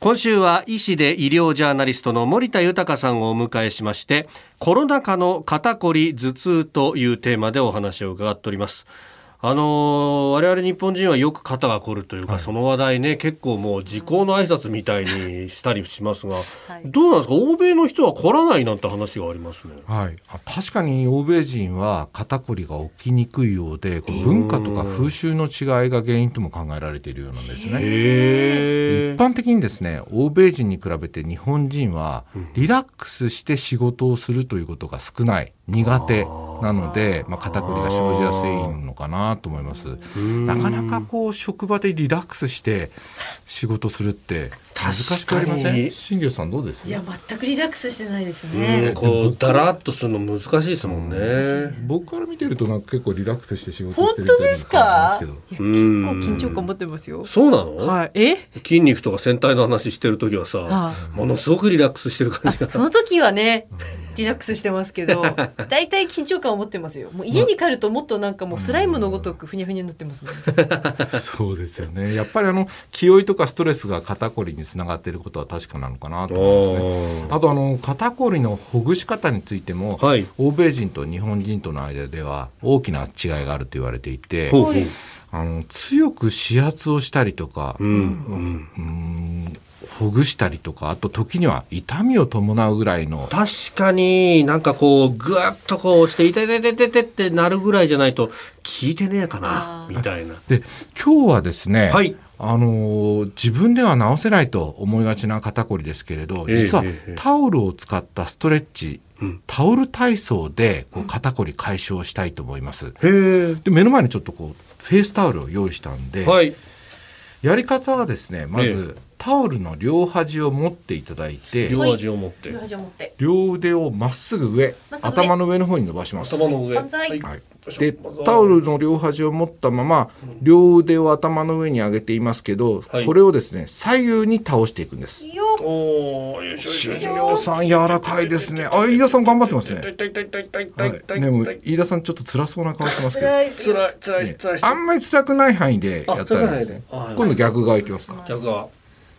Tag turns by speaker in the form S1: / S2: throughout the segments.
S1: 今週は医師で医療ジャーナリストの森田豊さんをお迎えしましてコロナ禍の肩こり頭痛というテーマでお話を伺っておりますあのー我々日本人はよく肩が凝るというか、その話題ね結構もう時効の挨拶みたいにしたりしますが、
S2: い
S1: どうなんですか欧米の人は凝らないなんて話がありますね
S3: はい、あ確かに欧米人は肩こりが起きにくいようでこう文化とか風習の違いが原因とも考えられているようなんですね。
S1: へ
S3: 一般的にですね欧米人に比べて日本人はリラックスして仕事をするということが少ない苦手なので、まあ、肩こりが生じやすいのかなと思いますなかなかこう職場でリラックスして仕事するって難しくありませ
S1: 確かに
S3: ん新業さんどうです
S2: いや全くリラックスしてないです
S1: え
S2: ね。
S1: こうだらっとするの難しいですもんね、
S3: 僕から見てるとなんか結構リラックスして仕事
S2: 本
S3: してる
S2: 当
S3: みた
S2: で
S3: い
S2: す
S3: な感
S2: か
S3: じ。なんですけ
S2: いや
S3: ど
S2: 結構
S1: うん
S2: 緊張感持ってますよ。
S1: そうなの、
S2: はい。え？
S1: 筋肉とか戦隊の話してる時はさ、
S2: は
S1: ものすごくリラックスしてる感じが
S2: その時はね。リラックスしてますけど、だいたい緊張感を持ってますよ。もう家に帰るともっとなんかもうスライムのごとくふにゃふにゃになってますもん。
S3: そうですよねやっぱりあの気負いとかストレスが肩こりにつながっていることは確かなのかなと思いますね
S1: あ
S3: あとあの肩こりのほぐし方についても、
S1: ーはい
S3: 欧米人と日本人との間では大きな違いがあると言われていて
S1: ほうほう
S3: あの強く指圧をしたりとか、
S1: う、
S3: うんんほぐしたりとかあと時には痛みを伴うぐらいの
S1: 確かになんかこうぐわっとこう押して「いててててて」ってなるぐらいじゃないと聞いてねえかな
S2: あー
S1: みたいな
S3: で今日はですね、
S1: はい
S3: あのー自分では治せないと思いがちな肩こりですけれど
S1: ええ
S3: 実は
S1: ええ
S3: タオルを使ったストレッチ、
S1: うん
S3: タオル体操でこう肩こり解消したいと思います。
S1: へ
S3: で目の前にちょっとこうフェイスタオルを用意したんで、
S1: えはい
S3: やり方はですねまず、タオルの両端を持っていただいて
S1: 両味を持って
S2: 両端を持って。
S3: 両腕をまっすぐ上
S2: まっすぐ上
S3: 頭の上の方に伸ばします。
S1: 頭の上
S2: 万歳
S1: はい
S3: はい、でタオルの両端を持ったまま両腕を頭の上に上げていますけど、
S1: はい
S3: これをですね左右に倒していくんです。
S2: よ。
S1: おおよいしょよ
S3: 新
S1: いしょ
S3: 庄さん柔らかいですね。あ飯田さん頑張ってます
S1: 痛
S3: ね。
S1: い痛い痛い痛い痛い痛
S3: はいい、
S1: 痛い
S3: でも
S1: 痛い
S3: 飯田さんちょっと辛そうな顔してますけど、
S2: 辛
S3: ね、
S2: いです。
S1: 辛い辛い辛い
S3: あんまり辛くない範囲でやったらいいですね。
S1: あ辛くない範囲であ
S3: 今度逆側いきますか。
S1: 逆が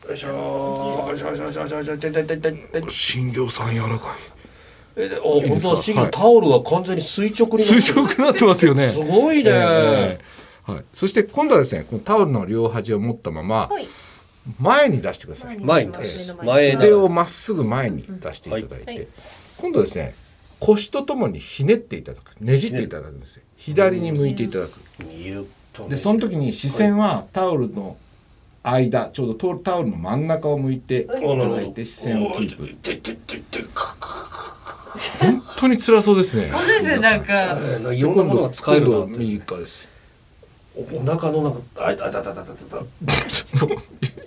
S1: よいしょよいしょよいしょよいしょよいしょ痛い痛い痛い痛い痛い
S3: 新庄さん柔らか
S1: えであ、本
S3: いです
S1: 当
S3: か
S1: だ、シグ
S3: はい
S1: タオルが完全に垂直に
S3: い。
S1: なってる。
S3: 垂直になってますよね。
S1: すごいね。
S3: ええはい。そして今度はですね、このタオルの両端を持ったまま
S2: はい
S3: 前に出してください。
S1: 前に
S2: 出す
S1: 前だ
S3: 腕をまっすぐ前に出していただいて、
S2: うんはい
S3: 今度ですね腰とともにひねっていただくねじっていただくんですよ左に向いていただく
S1: ゆっとね
S3: でその時に視線はタオルの間ちょうどタオルの真ん中を向いていた
S1: あなるほ
S3: だ
S1: ど
S3: いて視線をキープ
S1: ててててか
S3: 本当に辛そうですね
S2: 本当ですねなんか。
S1: えーい
S3: で
S1: ろんなものが使える
S3: 今度
S1: な
S3: は
S1: って
S3: 右側です
S1: おお腹のなんかあいたたたたたたた。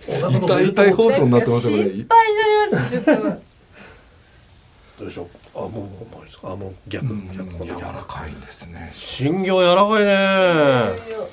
S1: お腹の
S3: 痛い痛い放送になってますよこれ
S2: 心配になります。ちょっと。
S1: どうでしょう。あもうもうもういいですか。あもう逆逆今
S3: 柔
S1: 度
S3: ら
S1: 逆。
S3: かいですね
S1: 心境柔らかいね。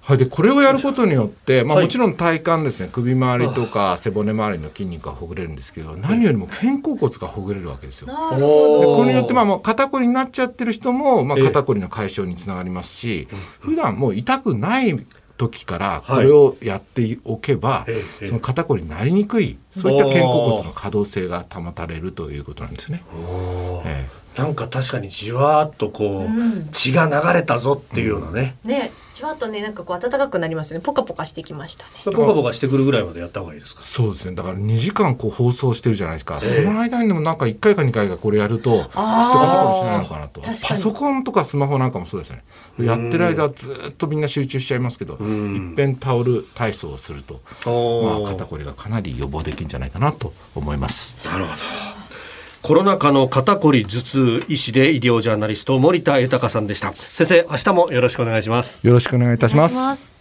S3: はい、でこれをやることによって、まあ、
S1: はい
S3: もちろん体幹ですね首周りとか背骨周りの筋肉がほぐれるんですけど何よりも肩甲骨がほぐれるわけですよ。で
S2: なる
S1: お
S2: ほ
S1: ー
S2: ど。
S3: これによってまあもう肩こりになっちゃってる人も、まあ、
S1: ええ
S3: 肩こりの解消につながりますし普段もう痛くない時から
S1: はい
S3: これをやっておけば、
S1: ええええ
S3: その肩こりになりにくいそういった肩甲骨の可動性が保たれるということなんですね。
S1: おー
S3: え
S1: なんか確かにじわーっとこ
S2: うん
S1: う血が流れたぞっていうようなね。
S2: ね、じわっとね、なんかこう暖かくなりますよね。ポカポカしてきましたね。
S1: ポカポカしてくるぐらいまでやった方がいいですか
S3: え。そうですねだから2時間こう放送してるじゃないですか、
S1: ええ
S3: その間にでもなんか1回か2回かこれやると。
S2: あ
S3: とかとかもしないのかなと
S2: 確かに
S3: パソコンとかスマホなんかもそうですよねやってる間はずーっとみんな集中しちゃいますけど
S1: うん
S3: いっぺんタオル体操をすると、まあ、
S1: おー
S3: 肩こりがかなり予防できるんじゃないかなと思います。
S1: なるほど。コロナ禍の肩こり頭痛医師で医療ジャーナリスト森田豊さんでした。先生、明日もよろしくお願いします。
S3: よろしくお願いいたします。
S2: お願いします